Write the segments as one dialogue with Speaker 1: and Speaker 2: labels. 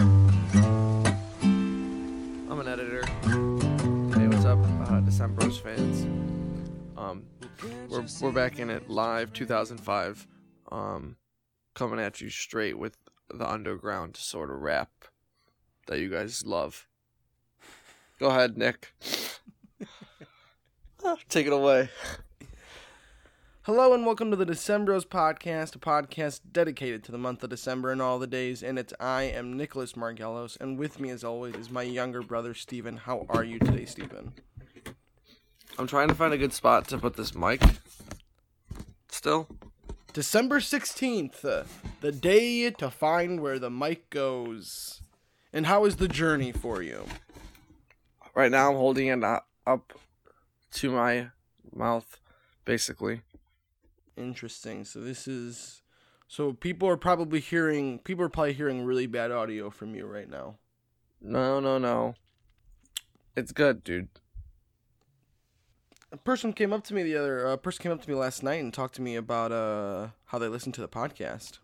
Speaker 1: Uh, Um, we're we're back in it live 2005, um, coming at you straight with the underground sort of rap that you guys love. Go ahead, Nick. Take it away.
Speaker 2: Hello and welcome to the Decembros podcast, a podcast dedicated to the month of December and all the days. And it's I am Nicholas Margellos, and with me, as always, is my younger brother Steven. How are you today, Steven?
Speaker 1: I'm trying to find a good spot to put this mic. Still,
Speaker 2: December 16th, uh, the day to find where the mic goes. And how is the journey for you?
Speaker 1: right now I'm holding it up up to my mouth, basically.
Speaker 2: Interesting. So this is so people are probably hearing people are probably hearing really bad audio from you right now.
Speaker 1: No, no, no. It's good, dude.
Speaker 2: A person came up to me the other a person came up to me last night and talked to me about uh how they listen to the podcast.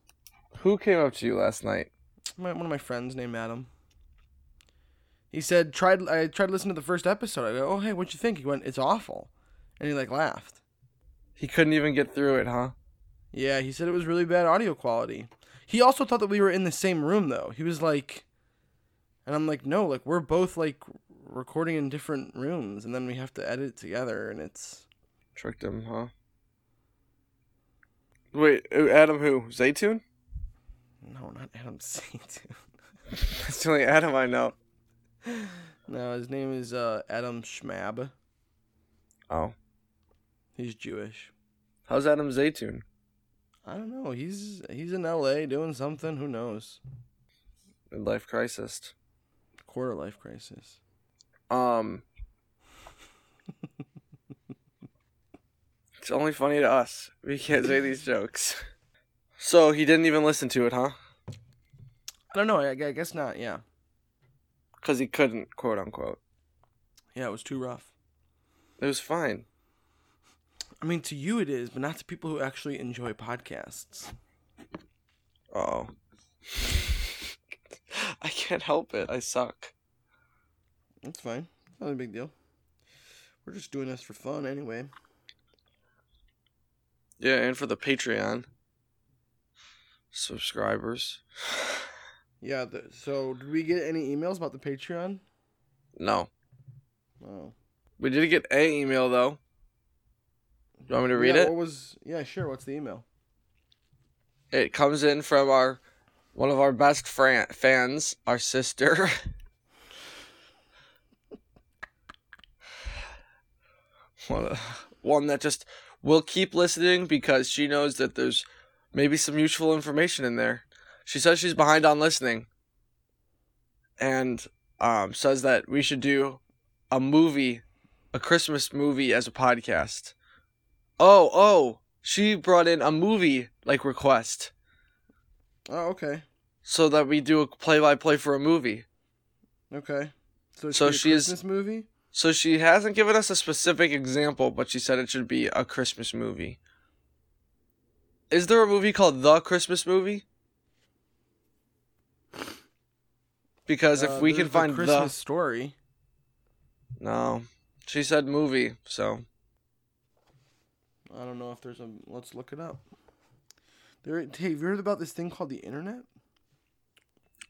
Speaker 1: Who came up to you last night?
Speaker 2: My, one of my friends named Adam. He said tried I tried listening to the first episode. I go, "Oh, hey, what'd you think?" He went, "It's awful." And he like laughed.
Speaker 1: He couldn't even get through it, huh?
Speaker 2: Yeah, he said it was really bad audio quality. He also thought that we were in the same room though. He was like and I'm like, "No, like we're both like recording in different rooms and then we have to edit together and it's
Speaker 1: Tricked him, huh? Wait, Adam who? Zaytun?
Speaker 2: no, not Adam Saint.
Speaker 1: That's the only Adam I know.
Speaker 2: No, his name is uh, Adam Schmab.
Speaker 1: Oh.
Speaker 2: He's Jewish.
Speaker 1: How's Adam Zaytun?
Speaker 2: I don't know. He's he's in L.A. doing something. Who knows?
Speaker 1: Midlife crisis.
Speaker 2: Quarter life crisis.
Speaker 1: Um. it's only funny to us. We can't say these jokes. So he didn't even listen to it, huh?
Speaker 2: I don't know. I, I guess not. Yeah.
Speaker 1: Because he couldn't, quote unquote.
Speaker 2: Yeah, it was too rough.
Speaker 1: It was fine.
Speaker 2: I mean, to you it is, but not to people who actually enjoy podcasts.
Speaker 1: Oh. I can't help it. I suck.
Speaker 2: That's fine. Not a big deal. We're just doing this for fun anyway.
Speaker 1: Yeah, and for the Patreon subscribers.
Speaker 2: Yeah. The, so, did we get any emails about the Patreon?
Speaker 1: No.
Speaker 2: Oh.
Speaker 1: We did get a email though. You want me to read
Speaker 2: yeah,
Speaker 1: it?
Speaker 2: What was? Yeah, sure. What's the email?
Speaker 1: It comes in from our one of our best fran- fans, our sister. one, one that just will keep listening because she knows that there's maybe some useful information in there. She says she's behind on listening, and um, says that we should do a movie, a Christmas movie as a podcast. Oh, oh, she brought in a movie like request
Speaker 2: Oh, okay.
Speaker 1: so that we do a play by play for a movie.
Speaker 2: Okay. So, it
Speaker 1: So
Speaker 2: should be
Speaker 1: she
Speaker 2: a
Speaker 1: is-
Speaker 2: Christmas movie.
Speaker 1: So she hasn't given us a specific example, but she said it should be a Christmas movie. Is there a movie called The Christmas Movie? Because if
Speaker 2: Uh,
Speaker 1: we
Speaker 2: there's
Speaker 1: can
Speaker 2: the
Speaker 1: find
Speaker 2: Christmas story,
Speaker 1: the no, she said movie. So
Speaker 2: I don't know if there's a. Let's look it up. There, hey, have you heard about this thing called the internet?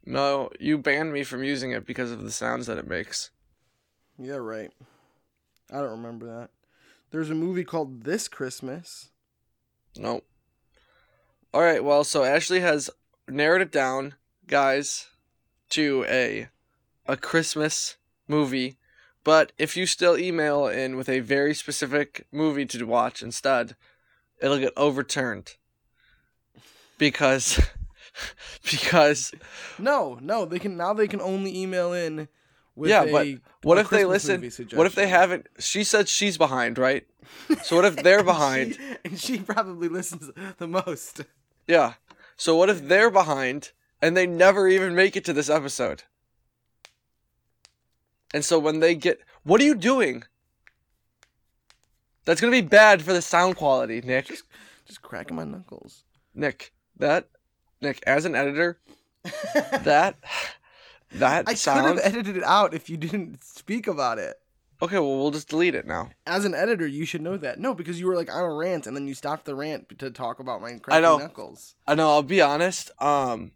Speaker 1: no, you banned me from using it because of the sounds that it makes.
Speaker 2: Yeah, right. I don't remember that. There's a movie called This Christmas.
Speaker 1: Nope. All right, well, so Ashley has narrowed it down, guys, to a a Christmas movie. But if you still email in with a very specific movie to watch instead, it'll get overturned. Because because
Speaker 2: No, no, they can now. They can only email in. With
Speaker 1: Yeah,
Speaker 2: a,
Speaker 1: but what
Speaker 2: a
Speaker 1: if they
Speaker 2: Christmas
Speaker 1: listen?
Speaker 2: movie
Speaker 1: What if they
Speaker 2: suggestion.
Speaker 1: haven't she said she's behind, right? So what if they're behind?
Speaker 2: She, and she probably listens the most.
Speaker 1: Yeah. So what if they're behind and they never even make it to this episode? And so when they get what are you doing? That's gonna be bad for the sound quality, Nick.
Speaker 2: Just cracking my knuckles.
Speaker 1: Nick, that Nick, as an editor, that that
Speaker 2: I could
Speaker 1: sound
Speaker 2: have edited it out if you didn't speak about it.
Speaker 1: Okay, well we'll just delete it now.
Speaker 2: As an editor, you should know that. No, because you were like on a rant and then you stopped the rant to talk about my crappy
Speaker 1: know.
Speaker 2: knuckles.
Speaker 1: I know. I'll be honest. Um,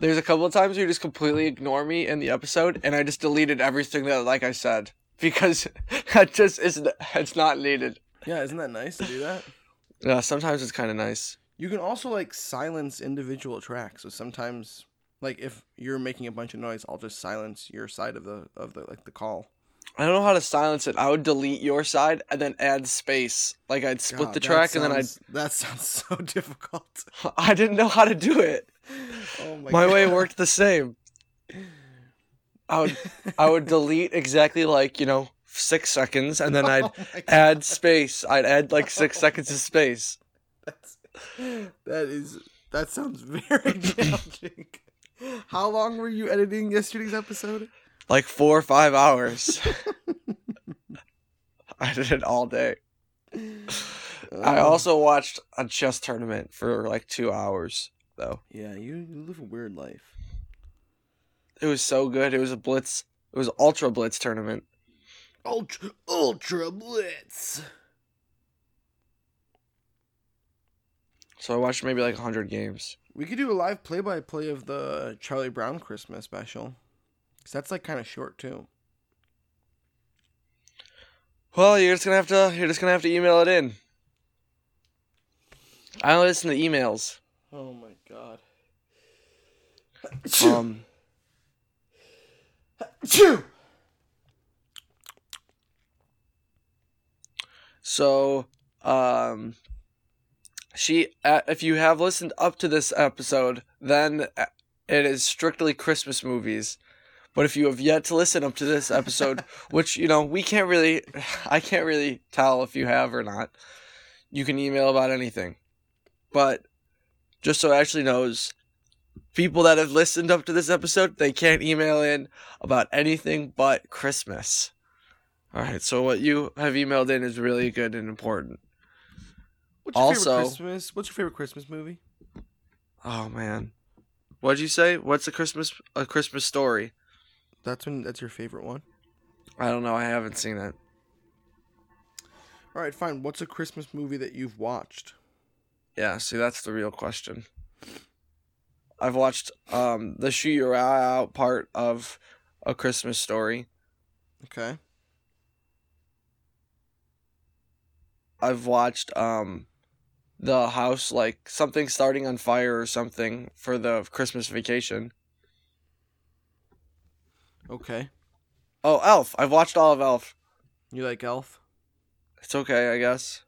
Speaker 1: there's a couple of times where you just completely ignore me in the episode, and I just deleted everything that, like I said, because it just is it's not needed.
Speaker 2: Yeah, isn't that nice to do that?
Speaker 1: Yeah, sometimes it's kind of nice.
Speaker 2: You can also like silence individual tracks. So sometimes, like if you're making a bunch of noise, I'll just silence your side of the of the like the call.
Speaker 1: I don't know how to silence it. I would delete your side and then add space. Like I'd split
Speaker 2: God,
Speaker 1: the
Speaker 2: that
Speaker 1: track and then
Speaker 2: sounds- That sounds so difficult.
Speaker 1: I'd. I didn't know how to do it.
Speaker 2: Oh my,
Speaker 1: My way
Speaker 2: God.
Speaker 1: worked the same. I would I would delete exactly like you know six seconds and then I'd
Speaker 2: Oh my God,
Speaker 1: add space. I'd add like six seconds of space.
Speaker 2: that's- that is that sounds very challenging. How long were you editing yesterday's episode?
Speaker 1: like four or five hours. I did it all day. I
Speaker 2: Uh,
Speaker 1: also watched a chess tournament for like two hours, though.
Speaker 2: yeah, you, you live a weird life.
Speaker 1: It was so good. It was a blitz. It was ultra blitz tournament.
Speaker 2: Ultra Ultra Blitz.
Speaker 1: So I watched maybe like hundred games.
Speaker 2: We could do a live play-by-play of the Charlie Brown Christmas special, cause that's like kind of short too.
Speaker 1: Well, you're just gonna have to. You're just gonna have to email it in. I don't listen to emails.
Speaker 2: Oh my god.
Speaker 1: Um, so, um, she. Uh, if you have listened up to this episode, then uh, it is strictly Christmas movies. But if you have yet to listen up to this episode, which you know we can't really, I can't really tell if you have or not. You can email about anything, but just so Ashley knows, people that have listened up to this episode, they can't email in about anything but Christmas. All right, so what you have emailed in is really good and important.
Speaker 2: What's your
Speaker 1: Also-
Speaker 2: favorite Christmas? What's your favorite Christmas movie?
Speaker 1: Oh man, what'd you say? What's a Christmas a Christmas story?
Speaker 2: That's when. That's your favorite one.
Speaker 1: I don't know. I haven't seen it.
Speaker 2: All right, fine. What's a Christmas movie that you've watched?
Speaker 1: Yeah, see, that's the real question. I've watched um, the shoot your eye out part of A Christmas Story.
Speaker 2: Okay.
Speaker 1: I've watched um, the house like something starting on fire or something for the Christmas vacation.
Speaker 2: Okay.
Speaker 1: Oh, Elf! I've watched all of Elf.
Speaker 2: You like Elf,
Speaker 1: It's okay, I guess.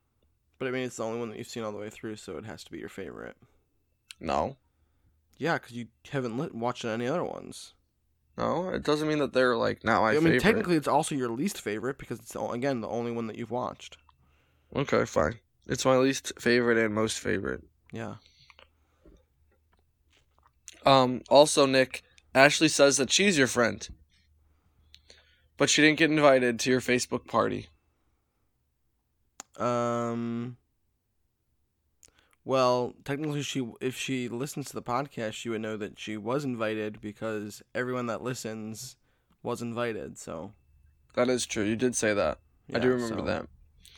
Speaker 2: but I mean it's the only one that you've seen all the way through, so it has to be your favorite.
Speaker 1: No,
Speaker 2: Yeah, because you haven't li- watched any other ones.
Speaker 1: no, it doesn't mean that they're like not my
Speaker 2: I mean,
Speaker 1: favorite.
Speaker 2: technically, it's also your least favorite because it's the, o- again the only one that you've watched.
Speaker 1: okay, fine. It's my least favorite and most favorite.
Speaker 2: Yeah.
Speaker 1: Um, also, Nick, Ashley says that she's your friend, but she didn't get invited to your Facebook party.
Speaker 2: Um. Well, technically, she if she listens to the podcast, she would know that she was invited because everyone that listens was invited. So
Speaker 1: That is true. You did say that. I do
Speaker 2: yeah,
Speaker 1: remember
Speaker 2: so-
Speaker 1: that.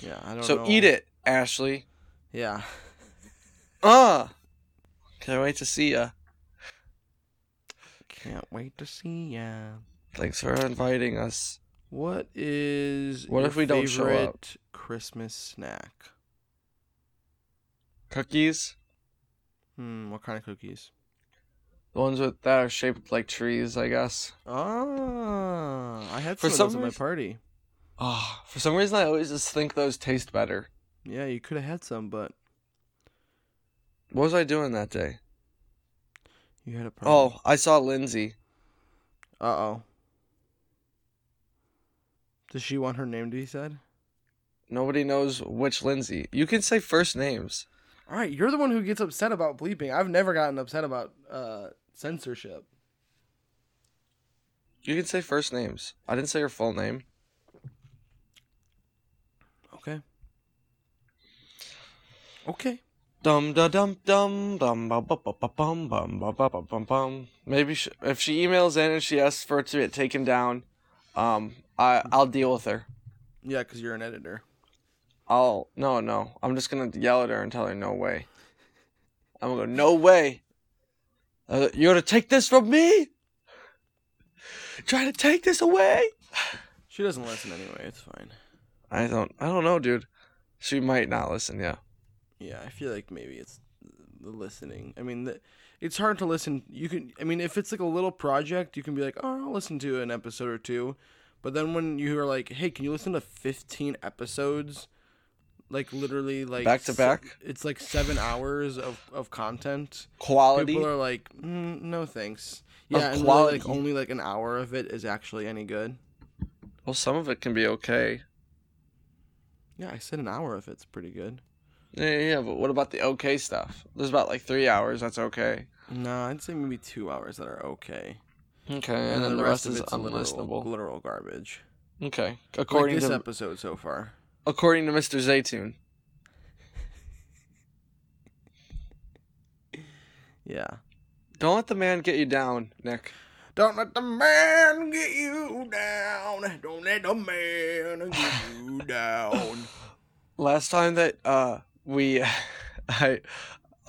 Speaker 2: Yeah, I don't
Speaker 1: So
Speaker 2: know.
Speaker 1: eat it, Ashley.
Speaker 2: Yeah.
Speaker 1: Ah, can't wait to see ya.
Speaker 2: Can't wait to see ya.
Speaker 1: Thanks for inviting us.
Speaker 2: What is
Speaker 1: What
Speaker 2: your
Speaker 1: if we don't show
Speaker 2: favorite
Speaker 1: up?
Speaker 2: Christmas snack?
Speaker 1: Cookies,
Speaker 2: Hmm, what kind of cookies?
Speaker 1: the ones with that are shaped like trees, I guess.
Speaker 2: Ah, I had
Speaker 1: For
Speaker 2: some, of those
Speaker 1: some
Speaker 2: at my
Speaker 1: reason-
Speaker 2: party.
Speaker 1: Ah, for some reason I always just think those taste better.
Speaker 2: Yeah, you could have had some, but
Speaker 1: What was I doing that day?
Speaker 2: you had a party.
Speaker 1: Oh, I saw Lindsay.
Speaker 2: Uh oh. Does she want her name to be said?
Speaker 1: Nobody knows which Lindsay. You can say first names.
Speaker 2: All right, you're the one who gets upset about bleeping. I've never gotten upset about uh, censorship.
Speaker 1: You can say first names. I didn't say your full name.
Speaker 2: Okay. Okay.
Speaker 1: Dum da dum dum dum ba ba ba ba bum bum ba ba ba bum bum. Maybe sh if she emails in and she asks for it to get taken down, um, I I'll deal with her.
Speaker 2: Yeah, because you're an editor.
Speaker 1: I'll no no. I'm just gonna yell at her and tell her no way. I'm gonna go no way. Uh, you're gonna take this from me? Try to take this away?
Speaker 2: She doesn't listen anyway. It's fine.
Speaker 1: I don't. I don't know, dude. She might not listen. Yeah.
Speaker 2: Yeah, I feel like maybe it's the listening. I mean, the, it's hard to listen. You can, I mean, if it's like a little project, you can be like, oh, I'll listen to an episode or two. But then when you are like, hey, can you listen to 15 episodes? Like literally, like
Speaker 1: Back to
Speaker 2: se-
Speaker 1: back?
Speaker 2: It's like seven hours of of content.
Speaker 1: Quality.
Speaker 2: People are like, mm, no thanks.
Speaker 1: Of
Speaker 2: Yeah, and really,
Speaker 1: quality.
Speaker 2: like only like an hour of it is actually any good.
Speaker 1: Well, some of it can be okay.
Speaker 2: Yeah, I said an hour of it's pretty good.
Speaker 1: Yeah, yeah, yeah, but what about the okay stuff? There's about like three hours. That's okay.
Speaker 2: No, I'd say maybe two hours that are okay,
Speaker 1: Okay, and, then the rest, is
Speaker 2: literal,
Speaker 1: unlistenable.
Speaker 2: literal garbage.
Speaker 1: Okay, according
Speaker 2: According this
Speaker 1: to
Speaker 2: episode so far.
Speaker 1: according to Mr. Zaytun.
Speaker 2: Yeah.
Speaker 1: Don't let the man get you down, Nick.
Speaker 2: Don't let the man get you down. Don't let the man get you down.
Speaker 1: Last time that uh we, I,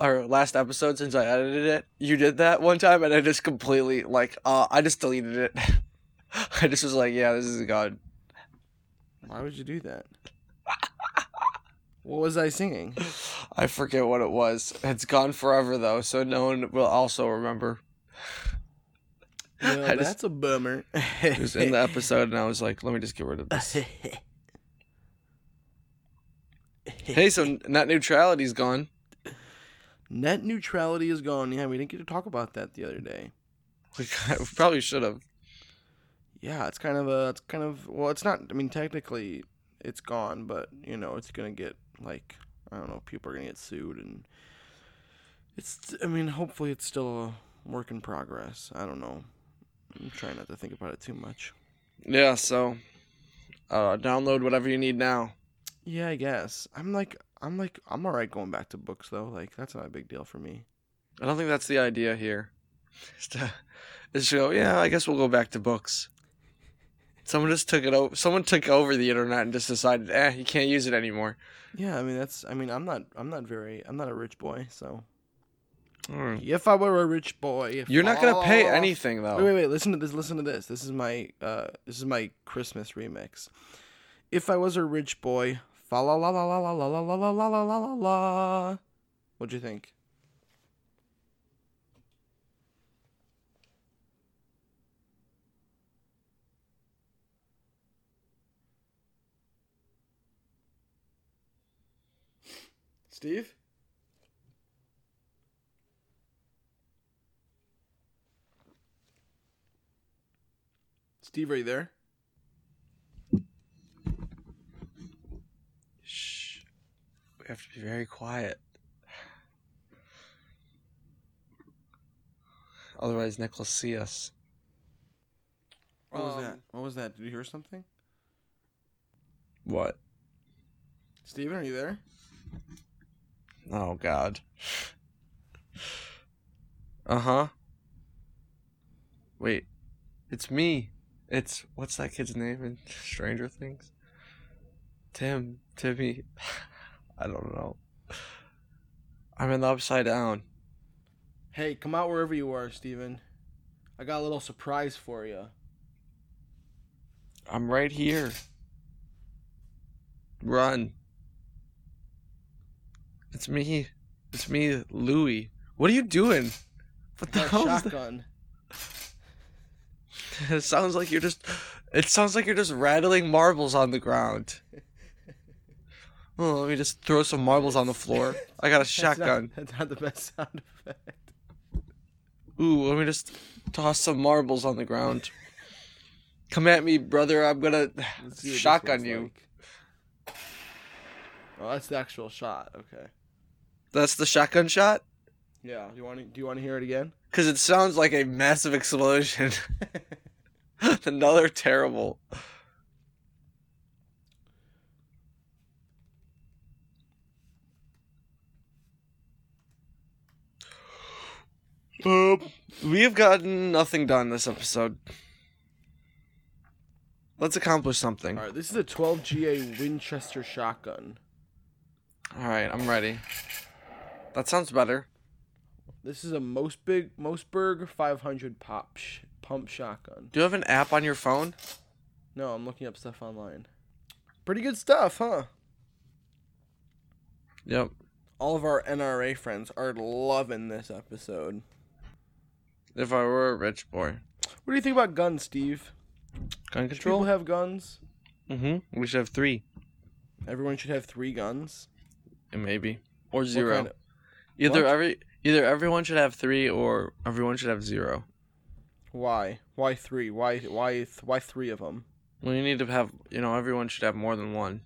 Speaker 1: our last episode since I edited it, you did that one time, and I just completely like uh I just deleted it. I just was like, yeah, this is gone.
Speaker 2: Why would you do that? What was I singing?
Speaker 1: I forget what it was. It's gone forever though, so no one will also remember.
Speaker 2: Well,
Speaker 1: I just-
Speaker 2: that's a bummer.
Speaker 1: It was in the episode, and I was like, let me just get rid of this. hey, so net neutrality's gone.
Speaker 2: Net neutrality is gone. Yeah, we didn't get to talk about that the other day.
Speaker 1: We probably should have.
Speaker 2: Yeah, it's kind of a, it's kind of, well, it's not. I mean, technically, it's gone, but you know, it's gonna get like, I don't know, people are gonna get sued, and it's. I mean, hopefully, it's still a work in progress. I don't know. I'm trying not to think about it too much.
Speaker 1: Yeah, so uh, download whatever you need now.
Speaker 2: Yeah, I guess. I'm like, I'm like, I'm alright going back to books though. Like, that's not a big deal for me.
Speaker 1: I don't think that's the idea here. Is to, is to go, yeah, I guess we'll go back to books. Someone just took it over. Someone took over the internet and just decided, eh, you can't use it anymore.
Speaker 2: Yeah, I mean, that's. I mean, I'm not. I'm not very. I'm not a rich boy, so.
Speaker 1: Mm.
Speaker 2: If I were a rich boy, if
Speaker 1: You're not gonna pay
Speaker 2: all-
Speaker 1: anything though.
Speaker 2: Wait, wait, wait. Listen to this. Listen to this. This is my uh, this is my Christmas remix. If I was a rich boy, fa la la la la la la la la la la la la la la. What'd you think? Steve? Steve, are you there?
Speaker 1: Shh. We have to be very quiet. Otherwise, Nick will see us.
Speaker 2: What was that?
Speaker 1: Um,
Speaker 2: What was that? Did you hear something?
Speaker 1: What?
Speaker 2: Steven, are you there?
Speaker 1: Oh God. Uh huh. Wait, it's me. It's what's that kid's name in Stranger Things? Tim, Timmy. I don't know. I'm in the upside down.
Speaker 2: Hey, come out wherever you are, Steven. I got a little surprise for you.
Speaker 1: I'm right here. Run. It's me. It's me, Louie. What are you doing? What the
Speaker 2: Got a
Speaker 1: hell is that?
Speaker 2: shotgun.
Speaker 1: It sounds like you're just. It sounds like you're just rattling marbles on the ground. Oh, let me just throw some marbles on the floor. I got a shotgun.
Speaker 2: That's not, that's not the best sound effect.
Speaker 1: Ooh, let me just toss some marbles on the ground. Come at me, brother. I'm gonna
Speaker 2: Let's see what this
Speaker 1: shotgun
Speaker 2: one's
Speaker 1: you.
Speaker 2: like. Oh, that's the actual shot. Okay.
Speaker 1: That's the shotgun shot?
Speaker 2: Yeah. Do you want to? Do you want to hear it again?
Speaker 1: Because it sounds like a massive explosion. Another terrible. Um, we have gotten nothing done this episode. Let's accomplish something.
Speaker 2: All right, this is a 12GA Winchester shotgun.
Speaker 1: All right, I'm ready. That sounds better.
Speaker 2: This is a most big Mosberg 500 pop sh- pump shotgun.
Speaker 1: Do you have an app on your phone?
Speaker 2: No, I'm looking up stuff online. Pretty good stuff, huh?
Speaker 1: Yep.
Speaker 2: All of our NRA friends are loving this episode.
Speaker 1: If I were a rich boy.
Speaker 2: What do you think about guns, Steve?
Speaker 1: Gun
Speaker 2: Should people
Speaker 1: control?
Speaker 2: have guns?
Speaker 1: mm-hmm. We should have three,
Speaker 2: Everyone should have three guns.
Speaker 1: and maybe. Or
Speaker 2: What
Speaker 1: zero.
Speaker 2: kind of-
Speaker 1: Either
Speaker 2: What?
Speaker 1: every either everyone should have three or everyone should have zero.
Speaker 2: why? Why three? Why? Why? th- Why three of them?
Speaker 1: We need to have you know everyone should have more than one.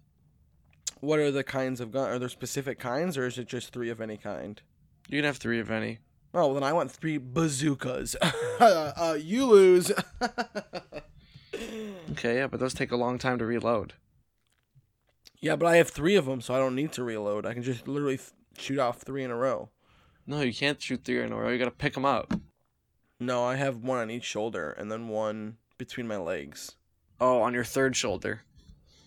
Speaker 2: What are the kinds of gun? Are there specific kinds, or is it just three of any kind?
Speaker 1: You can have three of any.
Speaker 2: Oh, well, then I want three bazookas. uh, you lose.
Speaker 1: Okay, yeah, but those take a long time to reload.
Speaker 2: yeah, but I have three of them, so I don't need to reload. I can just literally th- shoot off three in a row.
Speaker 1: No, you can't shoot three in a row. You gotta pick them up.
Speaker 2: No, I have one on each shoulder and then one between my legs.
Speaker 1: Oh, on your third shoulder.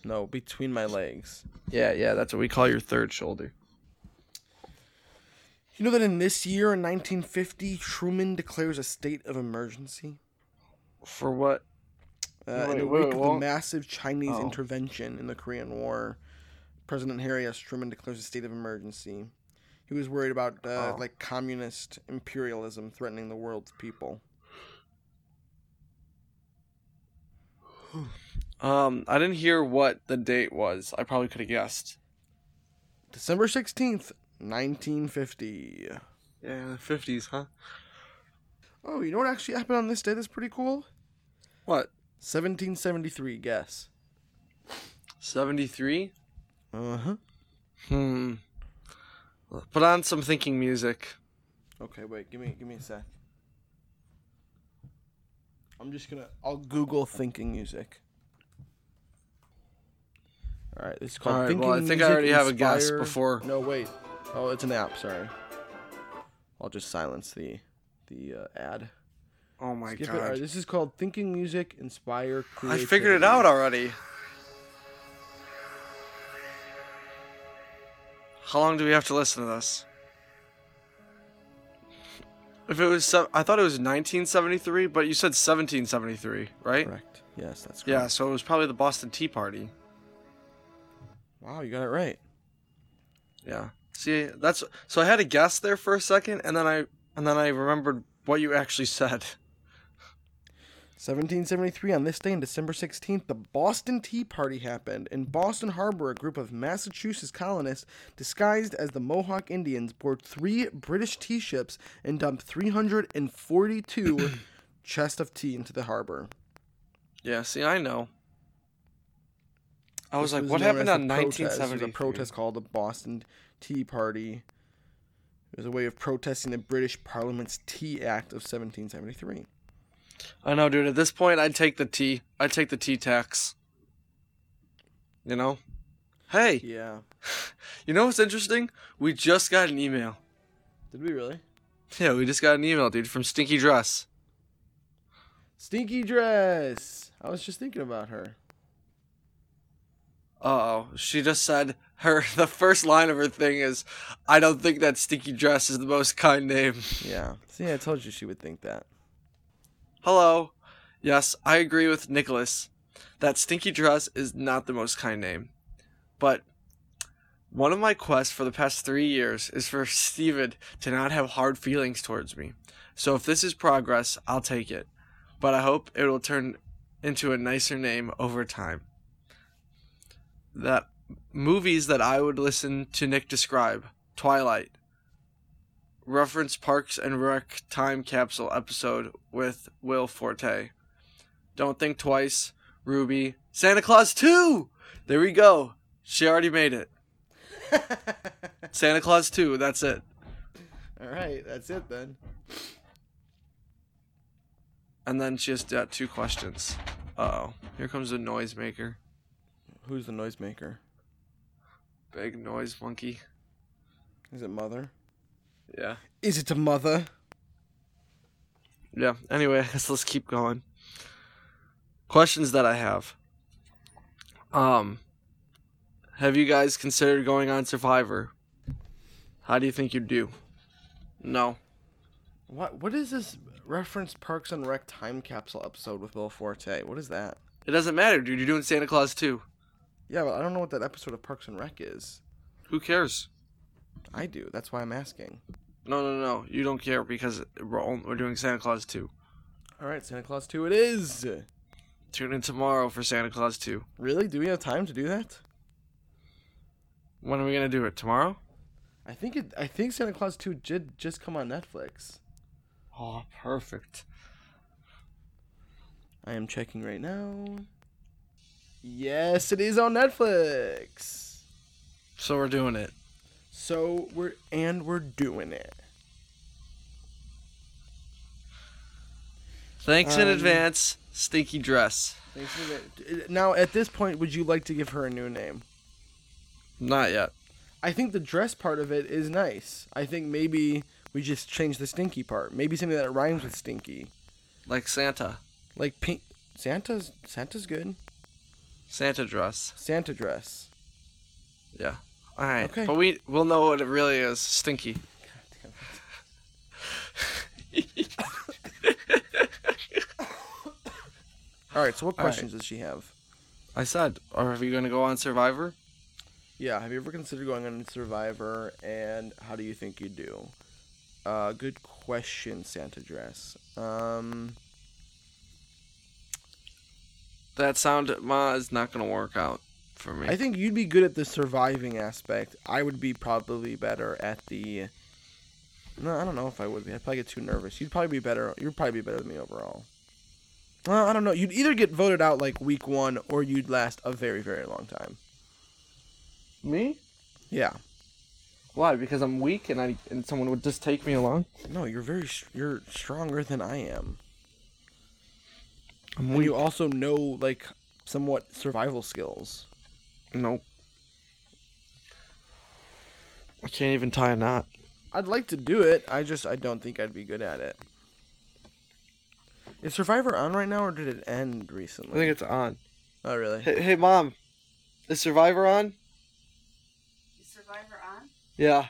Speaker 2: No, between my legs.
Speaker 1: Yeah, yeah, that's what we call your third shoulder.
Speaker 2: You know that in this year, in 1950, Truman declares a state of emergency?
Speaker 1: For what?
Speaker 2: Uh, in
Speaker 1: Wait,
Speaker 2: the
Speaker 1: wait,
Speaker 2: wake of the
Speaker 1: what?
Speaker 2: massive Chinese
Speaker 1: Oh.
Speaker 2: intervention in the Korean War, President Harry S. Truman declares a state of emergency. He was worried about uh,
Speaker 1: Oh.
Speaker 2: like communist imperialism threatening the world's people.
Speaker 1: Um, I didn't hear what the date was. I probably could have guessed.
Speaker 2: December sixteenth, nineteen fifty.
Speaker 1: Yeah, the fifties, huh?
Speaker 2: Oh, you know what actually happened on this day? That's pretty cool.
Speaker 1: What?
Speaker 2: Seventeen seventy three. Guess.
Speaker 1: Seventy three?
Speaker 2: Uh
Speaker 1: Uh-huh.
Speaker 2: huh.
Speaker 1: Hmm. Put on some thinking music.
Speaker 2: Okay, wait. Give me, give me a sec. I'm just gonna. I'll Google thinking music. All right, this is called
Speaker 1: All right,
Speaker 2: thinking
Speaker 1: well, I think I
Speaker 2: Music
Speaker 1: already have a guess
Speaker 2: Inspire-
Speaker 1: before-
Speaker 2: No, wait. Oh, it's an app. Sorry. I'll just silence the, the uh, ad.
Speaker 1: Oh my
Speaker 2: Skip it. All
Speaker 1: god.
Speaker 2: right, this is called thinking music inspire.
Speaker 1: I
Speaker 2: Creativity.
Speaker 1: figured it out already. How long do we have to listen to this? If it was, se- I thought it was 1973, but you said 1773, right?
Speaker 2: Correct. Yes, that's correct.
Speaker 1: Yeah, so it was probably the Boston Tea Party.
Speaker 2: Wow, you got it right.
Speaker 1: Yeah. See, that's so I had a guess there for a second, and then I and then I remembered what you actually said.
Speaker 2: 1773, on this day, on December 16th, the Boston Tea Party happened. In Boston Harbor, a group of Massachusetts colonists disguised as the Mohawk Indians boarded three British tea ships and dumped 342 chests of tea into the harbor.
Speaker 1: Yeah. See, I know. I was
Speaker 2: This
Speaker 1: like, what
Speaker 2: known
Speaker 1: happened
Speaker 2: as
Speaker 1: on
Speaker 2: the protest. It was
Speaker 1: 1973?
Speaker 2: A protest called the Boston Tea Party. It was a way of protesting the British Parliament's Tea Act of 1773.
Speaker 1: I know, dude. At this point, I'd take the T. I'd take the T tax. You know? Hey,
Speaker 2: Yeah.
Speaker 1: you know what's interesting? We just got an email.
Speaker 2: Did we really?
Speaker 1: Yeah, we just got an email, dude, from Stinky Dress.
Speaker 2: Stinky Dress! I was just thinking about her.
Speaker 1: Uh oh. She just said her the first line of her thing is, I don't think that Stinky Dress is the most kind name.
Speaker 2: Yeah. See, I told you she would think that.
Speaker 1: Hello. Yes, I agree with Nicholas that Stinky Dress is not the most kind name. But one of my quests for the past three years is for Steven to not have hard feelings towards me. So if this is progress, I'll take it. But I hope it will turn into a nicer name over time. That movies that I would listen to Nick describe Twilight, reference Parks and Rec time capsule episode with Will Forte. Don't think twice, Ruby. Santa Claus 2! There we go. She already made it. Santa Claus 2, that's it.
Speaker 2: All right, that's it then.
Speaker 1: And then she has got two questions. Uh oh. Here comes the noisemaker.
Speaker 2: Who's the noisemaker?
Speaker 1: Big noise monkey.
Speaker 2: Is it mother?
Speaker 1: Yeah.
Speaker 2: Is it a mother?
Speaker 1: Yeah. Anyway, I guess let's keep going. Questions that I have. Um, have you guys considered going on Survivor? How do you think you'd do? No.
Speaker 2: What what is this reference Parks and Rec time capsule episode with Bill Forte? What is that?
Speaker 1: It doesn't matter, dude. You're doing Santa Claus too.
Speaker 2: Yeah, but I don't know what that episode of Parks and Rec is.
Speaker 1: Who cares?
Speaker 2: I do. That's why I'm asking.
Speaker 1: No, no, no. You don't care because we're, on- we're doing Santa Claus 2.
Speaker 2: All right, Santa Claus 2 it is.
Speaker 1: Tune in tomorrow for Santa Claus 2.
Speaker 2: Really? Do we have time to do that?
Speaker 1: When are we going to do it? Tomorrow?
Speaker 2: I think it I think Santa Claus 2 did just come on Netflix.
Speaker 1: Oh, perfect.
Speaker 2: I am checking right now. Yes, it is on Netflix.
Speaker 1: So we're doing it.
Speaker 2: So we're and we're doing it.
Speaker 1: Thanks in
Speaker 2: Um,
Speaker 1: advance, Stinky Dress.
Speaker 2: Thanks for the- Now at this point, would you like to give her a new name?
Speaker 1: Not yet.
Speaker 2: I think the dress part of it is nice. I think maybe we just change the stinky part. Maybe something that rhymes with stinky,
Speaker 1: Like Santa.
Speaker 2: like pink. Santa's Santa's good.
Speaker 1: Santa Dress.
Speaker 2: Santa dress.
Speaker 1: All right.
Speaker 2: Okay.
Speaker 1: But we, we'll know what it really is. Stinky.
Speaker 2: All right. So what
Speaker 1: All right.
Speaker 2: questions does she have?
Speaker 1: I said, are we going to go on Survivor?
Speaker 2: Yeah. Have you ever considered going on Survivor? And how do you think you do? Uh, good question, Santa dress. Um,
Speaker 1: That sound, Ma, is not going to work out for me.
Speaker 2: I think you'd be good at the surviving aspect. I would be probably better at the. No, I don't know if I would be. I'd probably get too nervous. You'd probably be better. You'd probably be better than me overall. Well, I don't know. You'd either get voted out like week one, or you'd last a very, very long time.
Speaker 1: me?
Speaker 2: Yeah.
Speaker 1: Why? Because I'm weak and I and someone would just take me along.
Speaker 2: No, you're very. s- You're stronger than I am.
Speaker 1: I'm
Speaker 2: And you also know like somewhat survival skills.
Speaker 1: Nope. I can't even tie a knot.
Speaker 2: I'd like to do it. I just I don't think I'd be good at it. Is Survivor on right now, or did it end
Speaker 1: I
Speaker 2: recently?
Speaker 1: think it's on.
Speaker 2: oh, really?
Speaker 1: Hey, hey mom, is Survivor on?
Speaker 3: Is Survivor on?
Speaker 1: Yeah,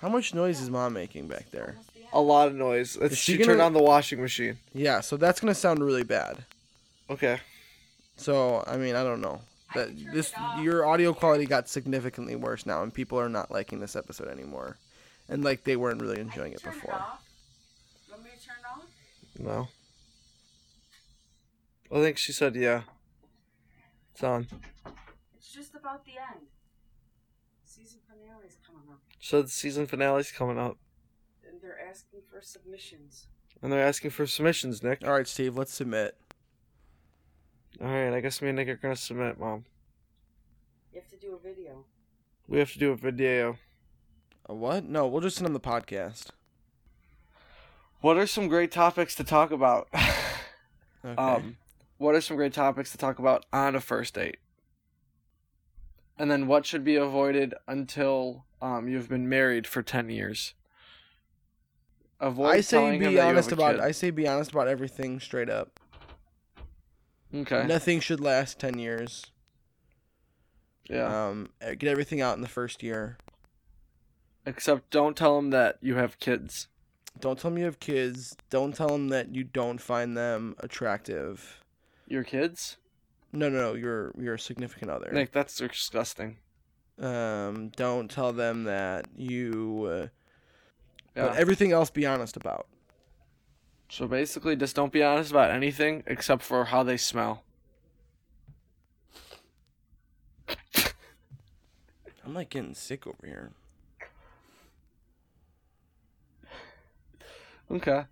Speaker 2: How much noise is mom making back there?
Speaker 3: Almost the end.
Speaker 1: a lot of noise. It's,
Speaker 2: Is
Speaker 1: she
Speaker 2: she gonna-
Speaker 1: turned on the washing machine.
Speaker 2: Yeah, so that's gonna sound really bad.
Speaker 1: Okay.
Speaker 2: So I mean, I don't know.
Speaker 3: I
Speaker 2: That
Speaker 3: can turn
Speaker 2: this
Speaker 3: it off.
Speaker 2: your audio quality got significantly worse now, and people are not liking this episode anymore, and like they weren't really
Speaker 3: I
Speaker 2: enjoying
Speaker 3: can
Speaker 2: it
Speaker 3: turn
Speaker 2: before.
Speaker 3: off. Want me to turn it off?
Speaker 1: No. I think she said yeah. It's on.
Speaker 3: It's just about the end. Season finale is coming up,
Speaker 1: So the season finale's coming up,
Speaker 3: and they're asking for submissions.
Speaker 1: and they're asking for submissions, Nick.
Speaker 2: All right, Steve, let's submit.
Speaker 1: All right, I guess me and Nick are gonna submit, mom.
Speaker 3: You have to do a video.
Speaker 1: We have to do a video.
Speaker 2: A what? No, we'll just send them the podcast.
Speaker 1: What are some great topics to talk about?
Speaker 2: Okay.
Speaker 1: Um, what are some great topics to talk about on a first date? And then what should be avoided until um, you've been married for ten years? Avoid.
Speaker 2: I say
Speaker 1: telling him
Speaker 2: be
Speaker 1: that you have
Speaker 2: honest
Speaker 1: a
Speaker 2: about.
Speaker 1: kid.
Speaker 2: I say be honest about everything straight up.
Speaker 1: Okay.
Speaker 2: Nothing should last ten years.
Speaker 1: yeah.
Speaker 2: Um, get everything out in the first year.
Speaker 1: Except don't tell him that you have kids.
Speaker 2: Don't tell them you have kids. Don't tell them that you don't find them attractive.
Speaker 1: Your kids?
Speaker 2: No, no, no. Your your significant other.
Speaker 1: Nick, that's disgusting.
Speaker 2: Um, don't tell them that you. Uh,
Speaker 1: Yeah.
Speaker 2: But everything else, be honest about.
Speaker 1: so basically, just don't be honest about anything except for how they smell.
Speaker 2: I'm like getting sick over here.
Speaker 1: Okay.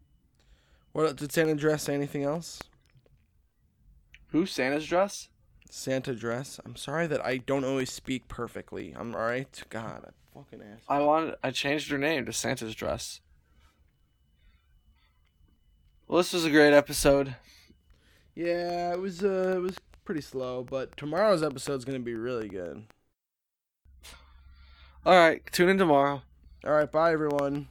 Speaker 2: What did Santa dress? Say anything else?
Speaker 1: Who Santa's dress?
Speaker 2: Santa dress. I'm sorry that I don't always speak perfectly. I'm all right. God, I'm fucking ass.
Speaker 1: I wanted I changed her name to Santa's dress. Well, this was a great episode.
Speaker 2: Yeah, it was uh, it was pretty slow, but tomorrow's episode's gonna be really good.
Speaker 1: All right, tune in tomorrow.
Speaker 2: All right, bye everyone.